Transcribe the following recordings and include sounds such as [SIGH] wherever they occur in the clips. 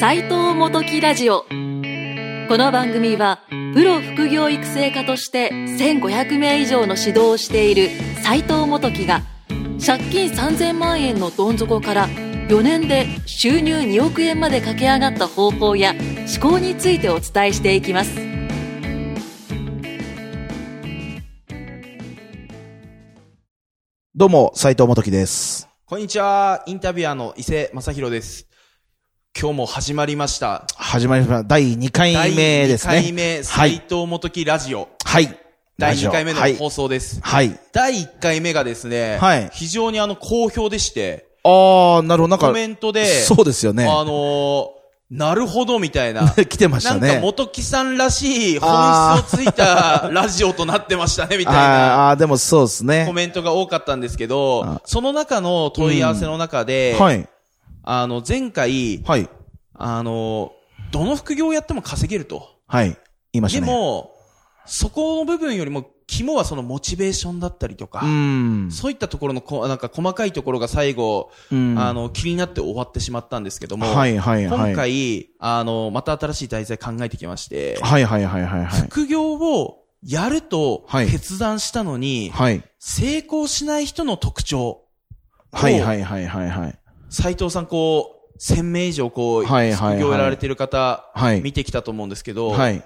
斉藤元木ラジオこの番組はプロ副業育成家として1500名以上の指導をしている斉藤元木が借金3000万円のどん底から4年で収入2億円まで駆け上がった方法や思考についてお伝えしていきますどうも、斉藤元樹です。こんにちは。インタビュアーの伊勢正弘です。今日も始まりました。始まりました。第2回目ですね。第2回目、は斎い。藤元樹ラジオ。はい。第2回目のはい。放送です。はい。第1回目がですね、はい非常にあの、好評でして、あー、なるほど。なんか、コメントで、そうですよね。あのーなるほどみたいな。 [LAUGHS] 来てましたねなんか元木さんらしい本あー質をついたラジオとなってましたね、みたいあーな。あー、でもそうですコね。メントが多かったんですあけど、その中の問い合わせの中で、はい。あの、前回、はい。あの、どの副業をやっても稼げると。はい。言いましでたね。も、そこの部分よりも、肝はそのモチベーションだったりとかう、ん。そういったところのこ、なんか細かいところが最後、うんあの、気になって終わってしまったんですけども、はいはい今はい。回、あの、また新しい題材考えてきまして、はいはいはいはいはい。副業をやるとはい決断したのに、はい。成功しない人の特徴、はいはいはいはいはい。斉藤さんこう、1000名以上こう、はいはいはい副業をやられてる方、はい見てきたと思うんですけど、はい。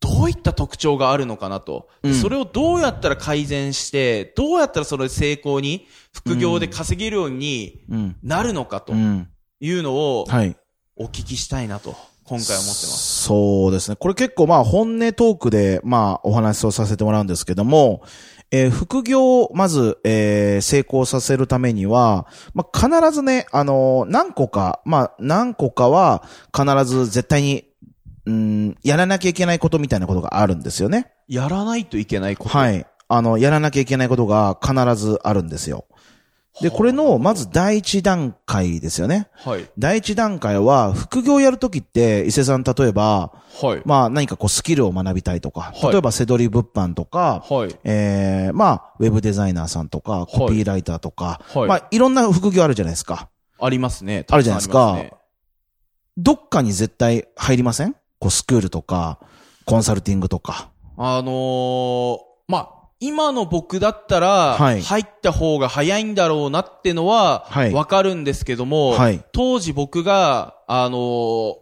どういった特徴があるのかなと。でうんそれをどうやったら改善して、どうやったらそれ成功に、副業で稼げるようにうん。なるのかとうん。いうのをはい。お聞きしたいなと、今回思ってます。そうですね。これ結構まあ本音トークでまあお話をさせてもらうんですけども、えー副業をまず、えー成功させるためには、まあ必ずね、あのー何個か、まあ何個かは必ず絶対に、うん、やらなきゃいけないことみたいなことがあるんですよね。やらないといけないこと。はい。あの、やらなきゃいけないことが必ずあるんですよ。で、これの、まず第一段階ですよね。はい。第一段階は、副業やるときって、伊勢さん、例えば、はい。まあ何かこうスキルを学びたいとか、はい例えばセドリ物販とか、はい。えー、まあ、ウェブデザイナーさんとか、コピーライターとか、はいまあ、いろんな副業あるじゃないですか。ありますね。あるじゃないですかたくさんありまどっかに絶対入りませんこう、スクールとか、コンサルティングとか。すねあのー、まあ、今の僕だったら、はい入った方が早いんだろうなってのはは、いわかるんですけども、はい。当時僕が、あのー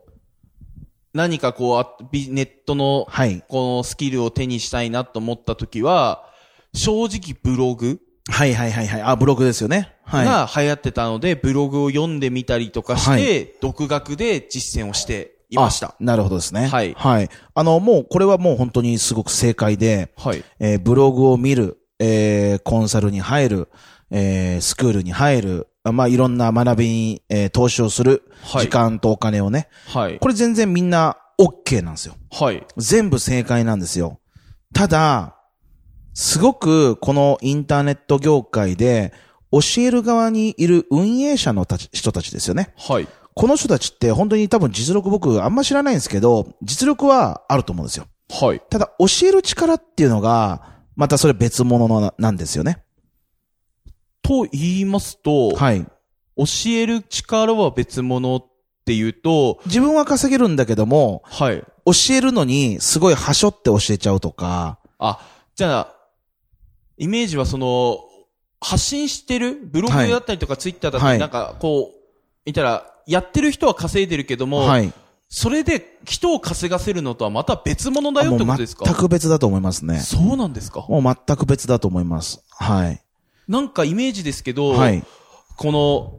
何かこうあ、ビネットの、はい。このスキルを手にしたいなと思った時は、正直ブログはいはいはいはい。あ、ブログですよね。はい。が流行ってたので、ブログを読んでみたりとかして、はい独学で実践をしていましたあ。なるほどですね。はいはい。あの、もう、これはもう本当にすごく正解で、はい。えーブログを見る、えーコンサルに入る、えースクールに入る、あまあ、いろんな学びに、えー投資をする、はい時間とお金をね。はい。これ全然みんな OK なんですよ。はい。全部正解なんですよ。ただ、すごくこのインターネット業界で、教える側にいる運営者のたち人たちですよね。はい。この人たちって本当に多分実力僕あんま知らないんですけど、実力はあると思うんですよ。はい。ただ教える力っていうのが、またそれ別物のななんですよね。と言いますと、はい。教える力は別物っていうと、自分は稼げるんだけども、はい。教えるのにすごい端折って教えちゃうとか、あ、じゃあ、イメージはその、発信してる、ブログだったりとかツイッターだったはいり、なんかこう、いたら、やってる人は稼いでるけども、はい。それで人を稼がせるのとはまた別物だよってことですかもう全く別だと思いますね。そうなんですかもう全く別だと思います。はい。なんかイメージですけど、はい。この、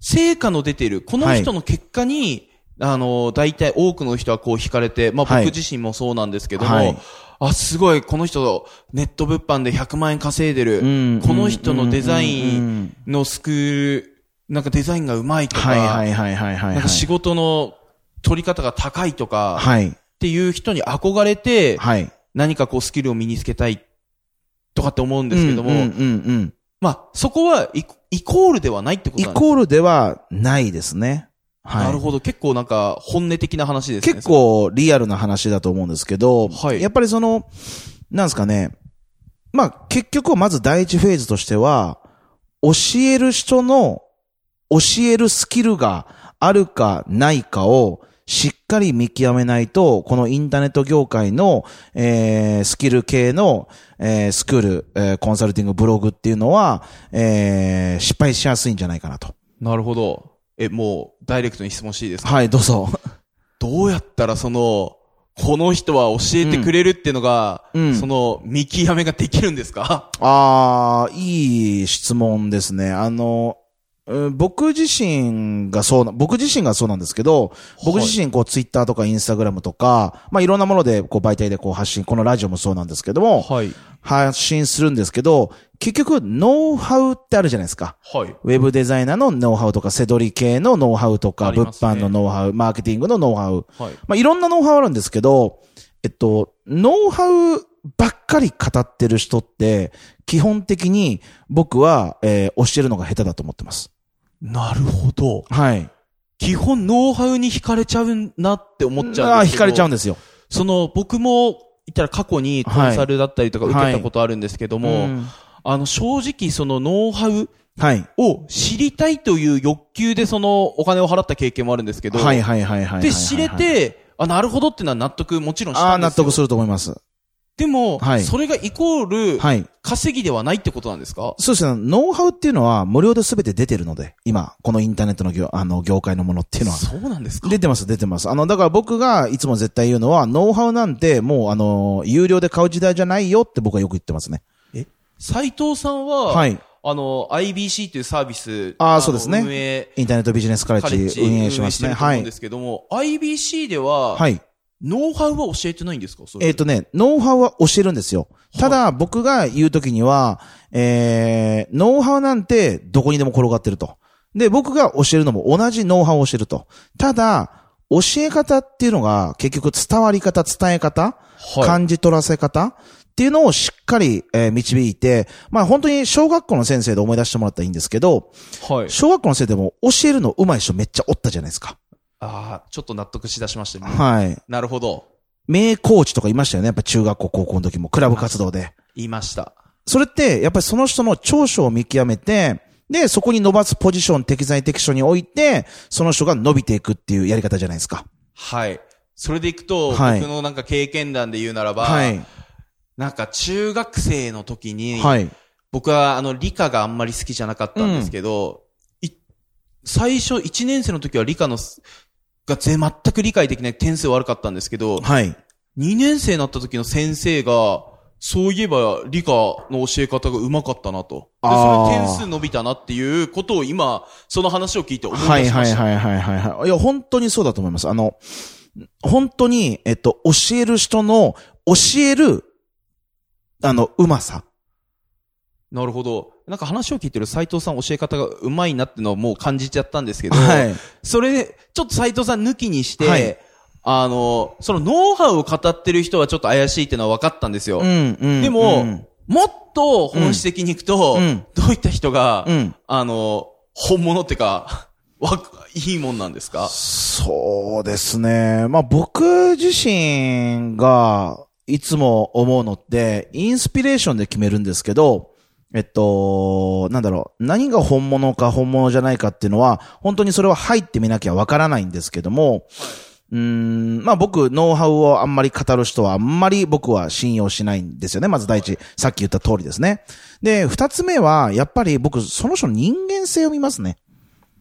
成果の出てる、この人の結果に、あの、大体多くの人はこう惹かれて、まあはい僕自身もそうなんですけども、はいあ、すごい、この人、ネット物販で100万円稼いでる、うんこの人のデザイうんうんンのスクール、なんかデザインがうまいとか、はいはいはいはいはい。なんか仕事の取り方が高いとか、はい。っていう人に憧れて、はい。何かこうスキルを身につけたいとかって思うんですけども、うんうんうんまあ、そこはイコイコールではないってこうん。イとなんですねコールではないですね。はい。なるほど。結構なんか本音的な話ですね。結構リアルな話だと思うんですけど、はいやっぱりその、なんですかね、まあ結局はまず第一フェーズとしては、教える人の教えるスキルがあるかないかをしっかり見極めないと、このインターネット業界の、えースキル系の、えースクール、えーコンサルティングブログっていうのは、えー失敗しやすいんじゃないかなと。なるほど。え、もう、ダイレクトに質問していいですかはい、どうぞ。どうやったらその、この人は教えてくれるっていうのが、うんうんその、見極めができるんですかああ、いい質問ですね。あの、うん僕自身がそうな、僕自身がそうなんですけど、僕自身こうツイッターとかインスタグラムとか、まあいろんなものでこう媒体でこう発信、このラジオもそうなんですけども、はい。発信するんですけど、結局ノウハウってあるじゃないですか。はい。ウェブデザイナーのノウハウとか、セドリ系のノウハウとか、あり物ますね販のノウハウ、マーケティングのノウハウ。はい。まあ、いろんなノウハウあるんですけど、えっと、ノウハウばっかり語ってる人って、基本的に僕は、えー教えるのが下手だと思ってます。なるほど。はい。基本、ノウハウに惹かれちゃうなって思っちゃあうあんー、です惹けど。かれちゃうんですよ。その、僕も、言ったら過去にコンサルだったりとかはい受けたことあるんですけども、うんあの、正直そのノウハウはい。を知りたいという欲求でそのお金を払った経験もあるんですけど、はいはいはいはいはいはい。で、知れて、あ、なるほどっていうのは納得もちろんしあたあ、んで納すよ。得すると思います。でも、はいそれがイコール、はい。稼ぎではないってことなんですかそうですね。ノウハウっていうのは無料で全て出てるので、今、このインターネットの業、あの、業界のものっていうのは。そうなんですか出てます、出てます。あの、だから僕がいつも絶対言うのは、ノウハウなんてもう、あの、有料で買う時代じゃないよって僕はよく言ってますね。斉藤さんは、はいあの、IBC というサービス、あーのそうですね運営、インターネットビジネスカレカッレッジジ運営しますてね。ると思はうんいで。すけども、IBC では、はい。ノウハウは教えてないんですかそれえっ、とね、ノウハウは教えるんですよ。ただ、僕が言うときには、えー、ノウハウなんてどこにでも転がってると。で、僕が教えるのも同じノウハウを教えると。ただ、教え方っていうのが結局伝わり方、伝え方、はい感じ取らせ方っていうのをしっかり、えー導いて、まあ本当に小学校の先生で思い出してもらったらいいんですけど、はい。小学校の先生でも教えるの上手い人めっちゃおったじゃないですか。ああ、ちょっと納得しだしましたね。はい。なるほど。名コーチとかいましたよね。やっぱ中学校、高校の時も、クラブ活動で。言いました。それって、やっぱりその人の長所を見極めて、で、そこに伸ばすポジション、適材適所に置いて、その人が伸びていくっていうやり方じゃないですか。はい。それでいくと、はい僕のなんか経験談で言うならば、はい。なんか中学生の時に、はい。僕はあの理科があんまり好きじゃなかったんですけど、い最初1年生の時は理科のす、がぜ全く理解できない点数悪かったんですけど、はい。 2年生になった時の先生が、そういえば理科の教え方が上手かったなと。で、あそーれで点数伸びたなっていうことを今、その話を聞いて思い出しはまいした。はいはいはいはいはい。いや、本当にそうだと思います。あの、本当に、えっと、教える人の、教える、あの、うまさ。なるほど。なんか話を聞いてる斉藤さん教え方がうまいなってのをもう感じちゃったんですけど、はい。それで、ちょっと斉藤さん抜きにして、はいあの、そのノウハウを語ってる人はちょっと怪しいってのは分かったんですよ。うん、うん。でも、うんもっと本質的にいくと、うんどういった人が、うんあの、本物ってか、わ、いいもんなんですかそうですね。まあ僕自身がいつも思うのって、インスピレーションで決めるんですけど、えっと、なんだろう、何が本物か本物じゃないかっていうのは、本当にそれは入ってみなきゃわからないんですけども、うーん、まあ僕、ノウハウをあんまり語る人はあんまり僕は信用しないんですよね。まず第一、さっき言った通りですね。で、二つ目は、やっぱり僕、その人の人間性を見ますね。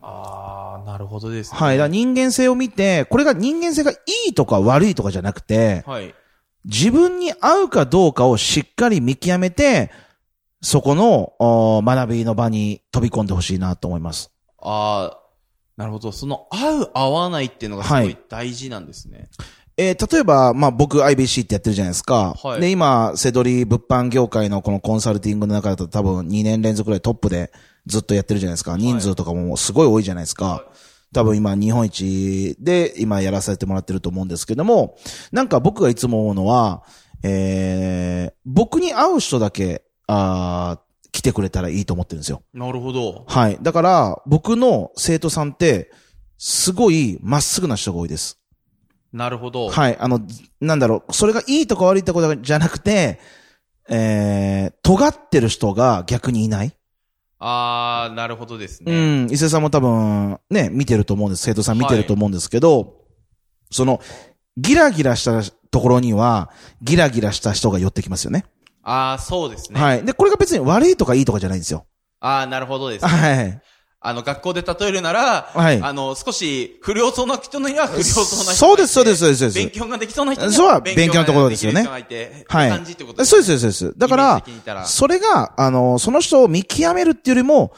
ああ、なるほどですはい。だから人間性を見て、これが人間性がいいとか悪いとかじゃなくて、はい。自分に合うかどうかをしっかり見極めて、そこのおー学びの場に飛び込んでほしいなと思います。ああ、なるほど。その、合う、合わないっていうのがすごはいい大事なんですね。えー例えば、まあ、僕 IBC ってやってるじゃないですか。はいで、今、セドリ物販業界のこのコンサルティングの中だと多分2年連続ぐらいトップでずっとやってるじゃないですか。人数とかもすごい多いじゃないですか。多分今日本一で今やらさせてもらってると思うんですけども、なんか僕がいつも思うのは、えー、僕に会う人だけ、あー来てくれたらいいと思ってるんですよ。なるほど。はい。だから、僕の生徒さんって、すごいまっすぐな人が多いです。なるほど。はい、あの、なんだろう、それがいいとか悪いとかじゃなくて、えー、尖ってる人が逆にいない。あー、なるほどですうね。ん、伊勢さんも多分、ね、見てると思うんです。生徒さん見てると思うんですけど、その、ギラギラしたところには、ギラギラした人が寄ってきますよね。あー、そうですね。はい。で、これが別に悪いとかいいとかじゃないん [LAUGHS] ですよ。あー、なるほどです。はい。あの、学校で例えるなら、はいあの、少し不良そうな人には不良そうな人がいて。そうですそうですそうですそうです勉強ができそうな人にそうは勉強のところですよね勉強ができる人がいて、はい。感じってことそうです、そうです。そうですだかイメージ的に言ったら、らそれが、あの、その人を見極めるっていうよりも、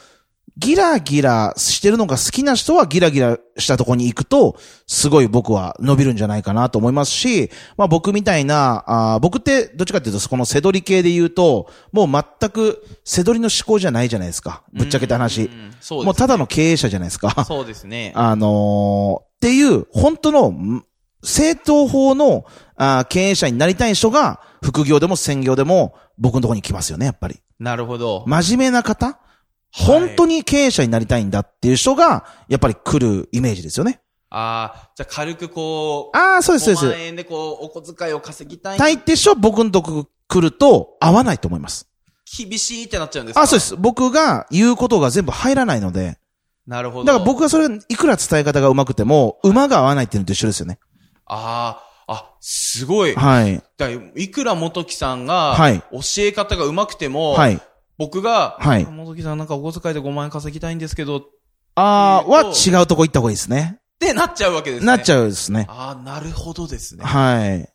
ギラギラしてるのが好きな人はギラギラしたとこに行くと、すごい僕は伸びるんじゃないかなと思いますし、まあ僕みたいな、あー僕ってどっちかっていうと、そこのセドリ系で言うと、もう全くセドリの思考じゃないじゃないですか。ぶっちゃけた話。うんそうもでうす。ただの経営者じゃないですか。そうですね。 [LAUGHS] あのーっていう、本当の、ん正当法のあー経営者になりたい人が、副業でも専業でも、僕のところに来ますよね、やっぱり。なるほど。真面目な方本当に経営者になりたいんだっていう人が、やっぱり来るイメージですよね。あー、じゃあ軽くこう、ああ、そうです、 5そう万です。円でこう、お小遣いを稼ぎたい。大抵人は僕のとこ来ると、合わないと思います。厳しいってなっちゃうんですかあそうで。す。僕が言うことが全部入らないので、なるほど。だから僕がそれ、いくら伝え方が上手くても、馬が合わないっていうのと一緒ですよね。あー、あ、すごい。はい。だいいくら元木さんが、はい教え方が上手くても、はい。僕が、はい元木さんなんかお小遣いで5万円稼ぎたいんですけど、っああ、はえー違うとこ行った方がいいですね。てなっちゃうわけですね。なっちゃう。ゃうですね。ああ、なるほどですね。はい。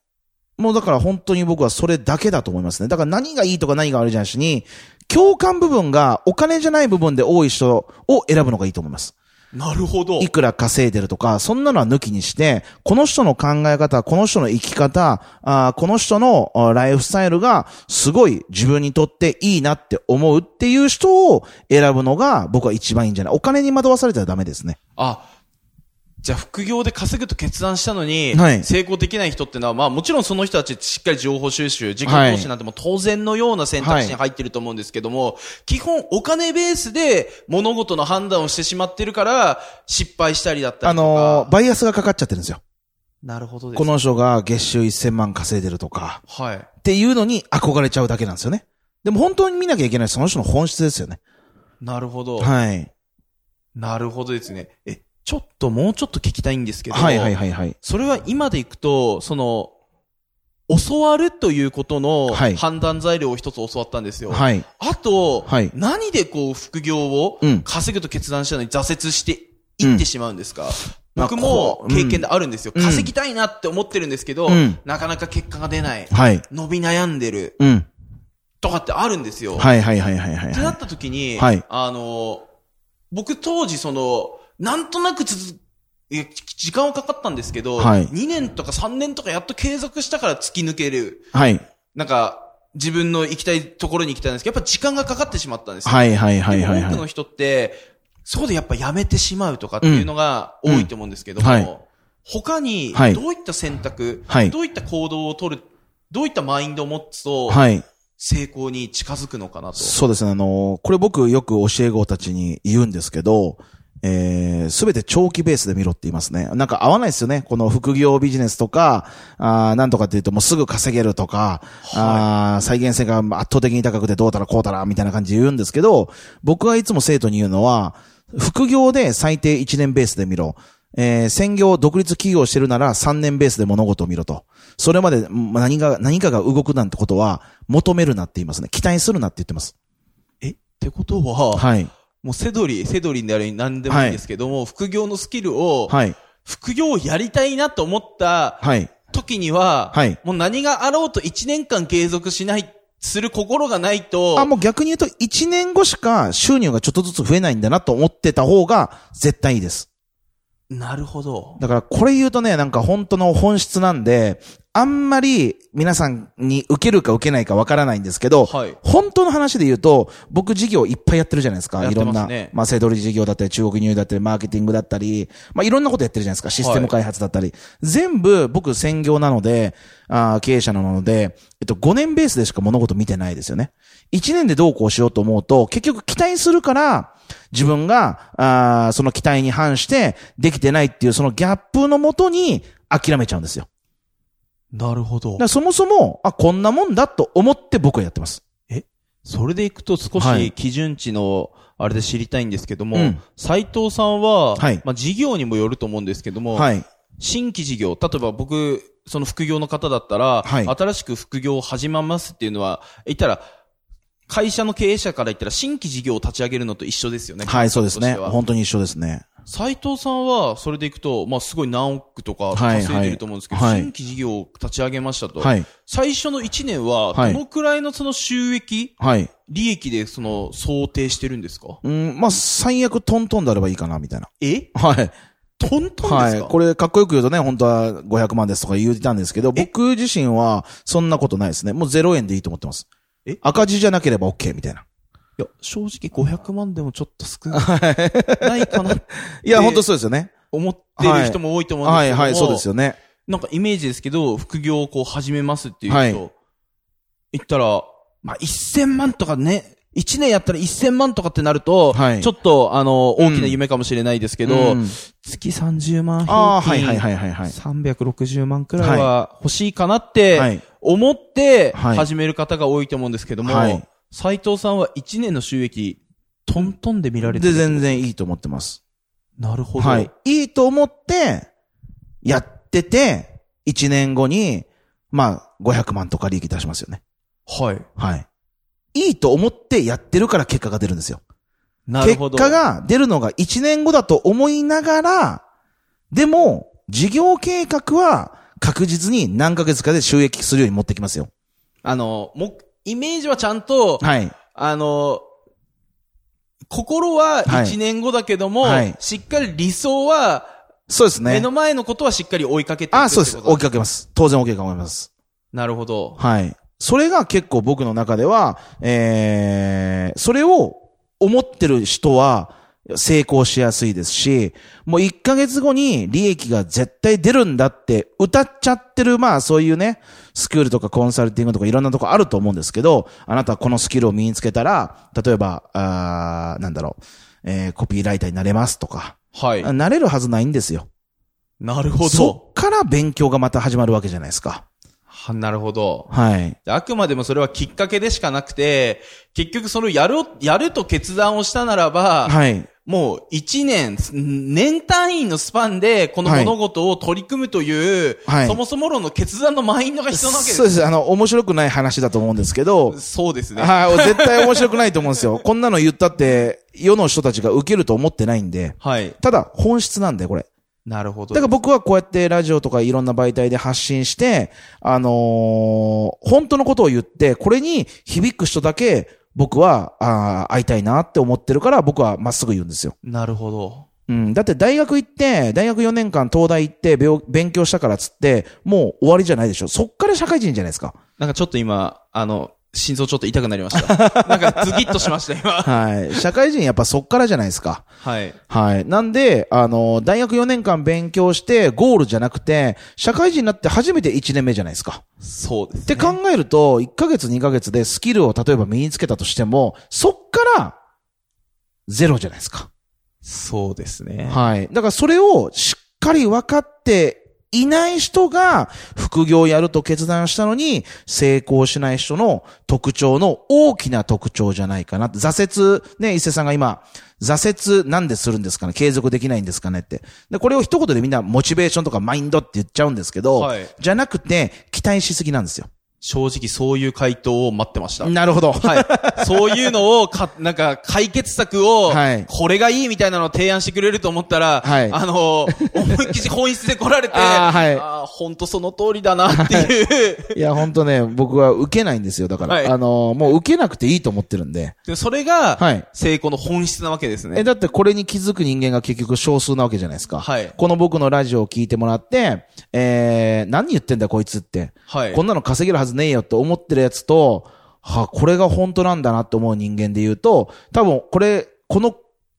もうだから本当に僕はそれだけだと思いますね。だから何がいいとか何が悪いじゃなしに、共感部分がお金じゃない部分で多い人を選ぶのがいいと思います。なるほど。いくら稼いでるとか、そんなのは抜きにして、この人の考え方、この人の生き方、あーこの人のあーライフスタイルがすごい自分にとっていいなって思うっていう人を選ぶのが僕は一番いいんじゃないお金に惑わされたらダメですね。あ、じゃあ副業で稼ぐと決断したのに、はい成功できない人ってのは、まあもちろんその人たちしっかり情報収集、自己はい投資なんてもう当然のような選択肢に入ってると思うんですけども、基本お金ベースで物事の判断をしてしまってるから、失敗したりだったありとのか。ーバイアスがかかっちゃってるんですよ。なるほどです。こ、の人が月収1000万稼いでるとか、はい。っていうのに憧れちゃうだけなんですよね。でも本当に見なきゃいけないその人の本質ですよね。なるほど。はい。なるほどですね。え、ちょっともうちょっと聞きたいんですけど、はいはいはいはい。それは今でいくと、その、教わるということのはい判断材料を一つ教わったんですよ。はい。あと、はい何でこう副業をうん稼ぐと決断したのに挫折していってしまうんですか、まあ僕もこううん経験であるんですよ、うん稼ぎたいなって思ってるんですけど、うんなかなか結果が出ない。はい。伸び悩んでるうん。とかってあるんですよ。はいはいはいはいはいってなはった時に、はいあの、僕当時その、なんとなく続いや時間はかかったんですけど、はい2年とか3年とかやっと継続したから突き抜ける。い。はい。なんか、自分の行きたいところに行きたいんですけど、やっぱ時間がかかってしまったんですよ。はいはいはいはいでも多くはのい。人って、そこでやっぱやめてしまうとかっていうのが多いと思うんですけども、うんはい他にはいどういった選択、はいどういった行動を取る、どういったマインドを持つと、はい。成功に近づくのかなと。そうですね。あのーこれ僕よく教え子たちに言うんですけど、えすべて長期ベースで見ろって言いますね。なんか合わないですよね。この副業ビジネスとか、あーなんとかっていうともうすぐ稼げるとか、あー再現性が圧倒的に高くてどうたらこうたらみたいな感じで言うんですけど、僕はいつも生徒に言うのは、副業で最低1年ベースで見ろ。えー専業、独立企業してるなら3年ベースで物事を見ろと。それまでん何が、何かが動くなんてことは求めるなって言いますね。期待するなって言ってます。えってことは、はい。もうセドリ、セドリであれ何でもいいんですけども、副業のスキルを、はい。副業をやりたいなと思ったはい。時には、はいもう何があろうと1年間継続しない、する心がないと、あ、もう逆に言うと、1年後しか収入がちょっとずつ増えないんだなと思ってた方が絶対いいです。なるほど。だからこれ言うとね、なんか本当の本質なんで、あんまり皆さんに受けるか受けないかわからないんですけど、はい本当の話で言うと、僕事業いっぱいやってるじゃないですか。やっいてろますねんな、まあ、セドリ事業だったり、中国入だったり、マーケティングだったり、まあ、いろんなことやってるじゃないですか。システム開発だったり。全部僕専業なので、あー経営者なので、えっと、5年ベースでしか物事見てないですよね。1年でどうこうしようと思うと、結局期待するから、自分が、あーその期待に反して、できてないっていう、そのギャップのもとに、諦めちゃうんですよ。なるほどだから。そもそも、あ、こんなもんだと思って僕はやってます。それでいくと少はいし基準値の、あれで知りたいんですけどもうん、斎、藤さんは、はいまあ事業にもよると思うんですけども、はい。新規事業、例えば僕、その副業の方だったら、はい新しく副業を始めますっていうのは、言ったら、会社の経営者から言ったら新規事業を立ち上げるのと一緒ですよね。はい、そうですね。感覚としては本当に一緒ですね。斉藤さんは、それでいくと、まあ、すごい何億とかはい稼いでると思うんですけど、はい新規事業を立ち上げましたと。はい。最初の1年は、はいどのくらいのその収益、はい。利益でその、想定してるんですかうん、まあ、最悪トントンであればいいかな、みたいな。えはい。トントンではすい。か、これ、かっこよく言うとね、本当は500万ですとか言ったんですけど、僕自身は、そんなことないですね。もう0円でいいと思ってます。え赤字じゃなければ OK みたいな。いや、正直500万でもちょっと少ないないかなっていや、本当そうですよね。思ってる人も多いと思うんですはけいども、はい、そうですよね。なんかイメージですけど、副業をこう始めますっていうと、はい言ったら、まあ、1000万とかね、1年やったら1000万とかってなると、はいちょっと、あの、うん大きな夢かもしれないですけけど、月30万ああ、平はいは均、いはいはいはい。 360万くらいは欲しいかなって、い。思ってはい始める方が多いと思うんですけども、はい斉藤さんは1年の収益、トントンで見られてで、る。全然いいと思ってます。なるほど。はい。いいと思って、やってて、1年後に、まあ、500万とか利益出しますよね。はい。はい。いいと思ってやってるから結果が出るんですよ。なる結ほど。果が出るのが1年後だと思いながら、でも、事業計画は確実に何ヶ月かで収益するように持ってきますよ。あの、も、イメージはちゃんと、はい。あの、心はいは1年後だけども、はいしっかり理想は、そうですね。目の前のことはしっかり追いかけていくああ、そうです。ってこと追いかけます。当然追いかけます。なるほど。はい。それが結構僕の中では、えー、それを思ってる人は成功しやすいですし、もう1ヶ月後に利益が絶対出るんだって歌っちゃってる、まあそういうね、スクールとかコンサルティングとかいろんなとこあると思うんですけど、あなたはこのスキルを身につけたら、例えば、あーなんだろう、えー、コピーライターになれますとか、はい。なれるはずないんですよ。なるほそど。っから勉強がまた始まるわけじゃないですか。はなるほど。はい。であくまでもそれはきっかけでしかなくて、結局それをやる、やると決断をしたならば、はい。もう一年、年単位のスパンでこのはい物事を取り組むという、はいそもそも論の決断のマインドが必要なわけですそうです。あの、面白くない話だと思うんですけど、そうですね。はい、絶対面白くないと思うんですよ。 [LAUGHS] こんなの言ったって、世の人たちが受けると思ってないんで、はい。ただ、本質なんで、これ。なるほど。だから僕はこうやってラジオとかいろんな媒体で発信して、あのー本当のことを言って、これに響く人だけ、僕は、あー会いたいなって思ってるから、僕はまっすぐ言うんですよ。なるほど。うん。だって大学行って、大学4年間東大行って、勉勉強したからっつって、もう終わりじゃないでしょ。そっから社会人じゃないですか。なんかちょっと今、あの、心臓ちょっと痛くなりました。 [LAUGHS] なんかズキッとしました、今。はい。社会人やっぱそっからじゃないですか。はい。はい。なんで、あの、大学4年間勉強して、ゴールじゃなくて、社会人になって初めて1年目じゃないですか。そうですって考えると、1ヶ月2ヶ月でスキルを例えば身につけたとしても、そっから、ゼロじゃないですか。そうですね。はい。だからそれをしっかり分かっていない人が副業をやると決断したのに成功しない人の特徴の大きな特徴じゃないかなって。挫折、ね、伊勢さんが今、挫折なんでするんですかね継続できないんですかねって。で、これを一言でみんなモチベーションとかマインドって言っちゃうんですけど、はいじゃなくて期待しすぎなんですよ。正直そういう回答を待ってました。なるほど。はい。そういうのを、か、なんか、解決策を、はいこれがいいみたいなのを提案してくれると思ったら、はいあの、思いっきり本質で来られて、あーはい [LAUGHS] あーほんとその通りだなっていう。 [LAUGHS] いや、ほんとね、僕は受けないんですよ。だから、はいあのーもう受けなくていいと思ってるんで。でそれが、はい成功の本質なわけですえ、ね。だってこれに気づく人間が結局少数なわけじゃないですか。はいこの僕のラジオを聞いてもらって、えー、何言ってんだこいつって。はいこんなの稼げるはずねえよって思ってるやつと、はあ、これが本当なんだなって思う人間で言うと、多分これ、この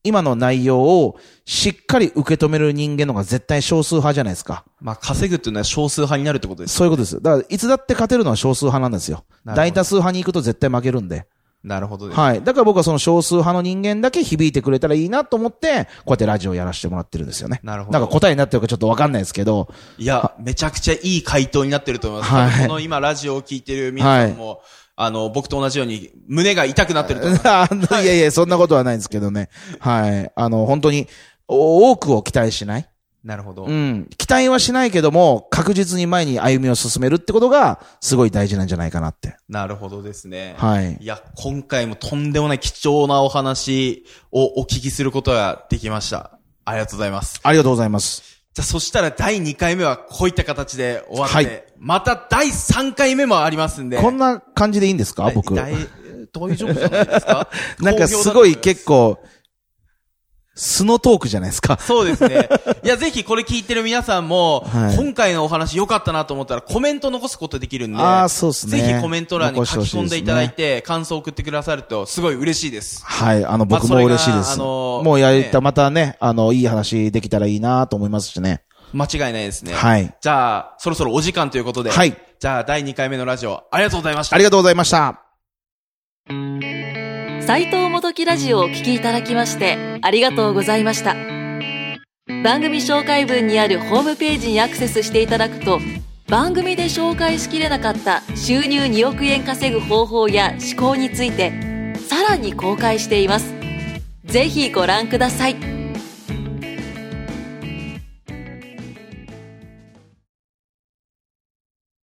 今の内容をしっかり受け止める人間の方が絶対少数派じゃないですか。まあ、稼ぐっていうのは少数派になるってことです。そういうことです。だから、いつだって勝てるのは少数派なんですよ。なるほど大多数派に行くと絶対負けるんで。なるほどです。はい。だから僕はその少数派の人間だけ響いてくれたらいいなと思って、こうやってラジオやらせてもらってるんですよね。なるほどなんか答えになってるかちょっとわかんないですけ [LAUGHS] ど、いや、めちゃくちゃいい回答になってると思います。はい多分この今ラジオを聞いてる皆さんも、あの、僕と同じように胸が痛くなってるとか。あのいやいや、そんなことはないんですけどね。はい。あの、本当に、お多くを期待しない。 [LAUGHS] なるほど。うん。期待はしないけども、確実に前に歩みを進めるってことが、すごい大事なんじゃないかなって。なるほどですね。はい。いや、今回もとんでもない貴重なお話をお聞きすることができました。ありがとうございます。ありがとうございます。じゃあ、そしたら第2回目はこういった形で終わって、はいまた第3回目もありますんで。こんな感じでいいんですかはい僕。大大丈夫じゃないですか [LAUGHS] なんかすごい結構、素のトークじゃないですか。そうですね。いや、ぜひこれ聞いてる皆さんも、はい今回のお話良かったなと思ったらコメント残すことできるんで、あーそうっすねぜひコメント欄に残して書ほきしいですね込んでいただいて、感想を送ってくださるとすごい嬉しいです。はい。あの、まあ僕も嬉しいでそれがあす。のーもうやりた、ねまたね、あの、いい話できたらいいなと思いますしね。間違いないですね。はい。じゃあ、そろそろお時間ということで、はい。じゃあ、第2回目のラジオ、ありがとうございましたあ。りがとうございました。斉藤元木ラジオをお聞きいただきましてありがとうございました番組紹介文にあるホームページにアクセスしていただくと番組で紹介しきれなかった収入2億円稼ぐ方法や思考についてさらに公開していますぜひご覧ください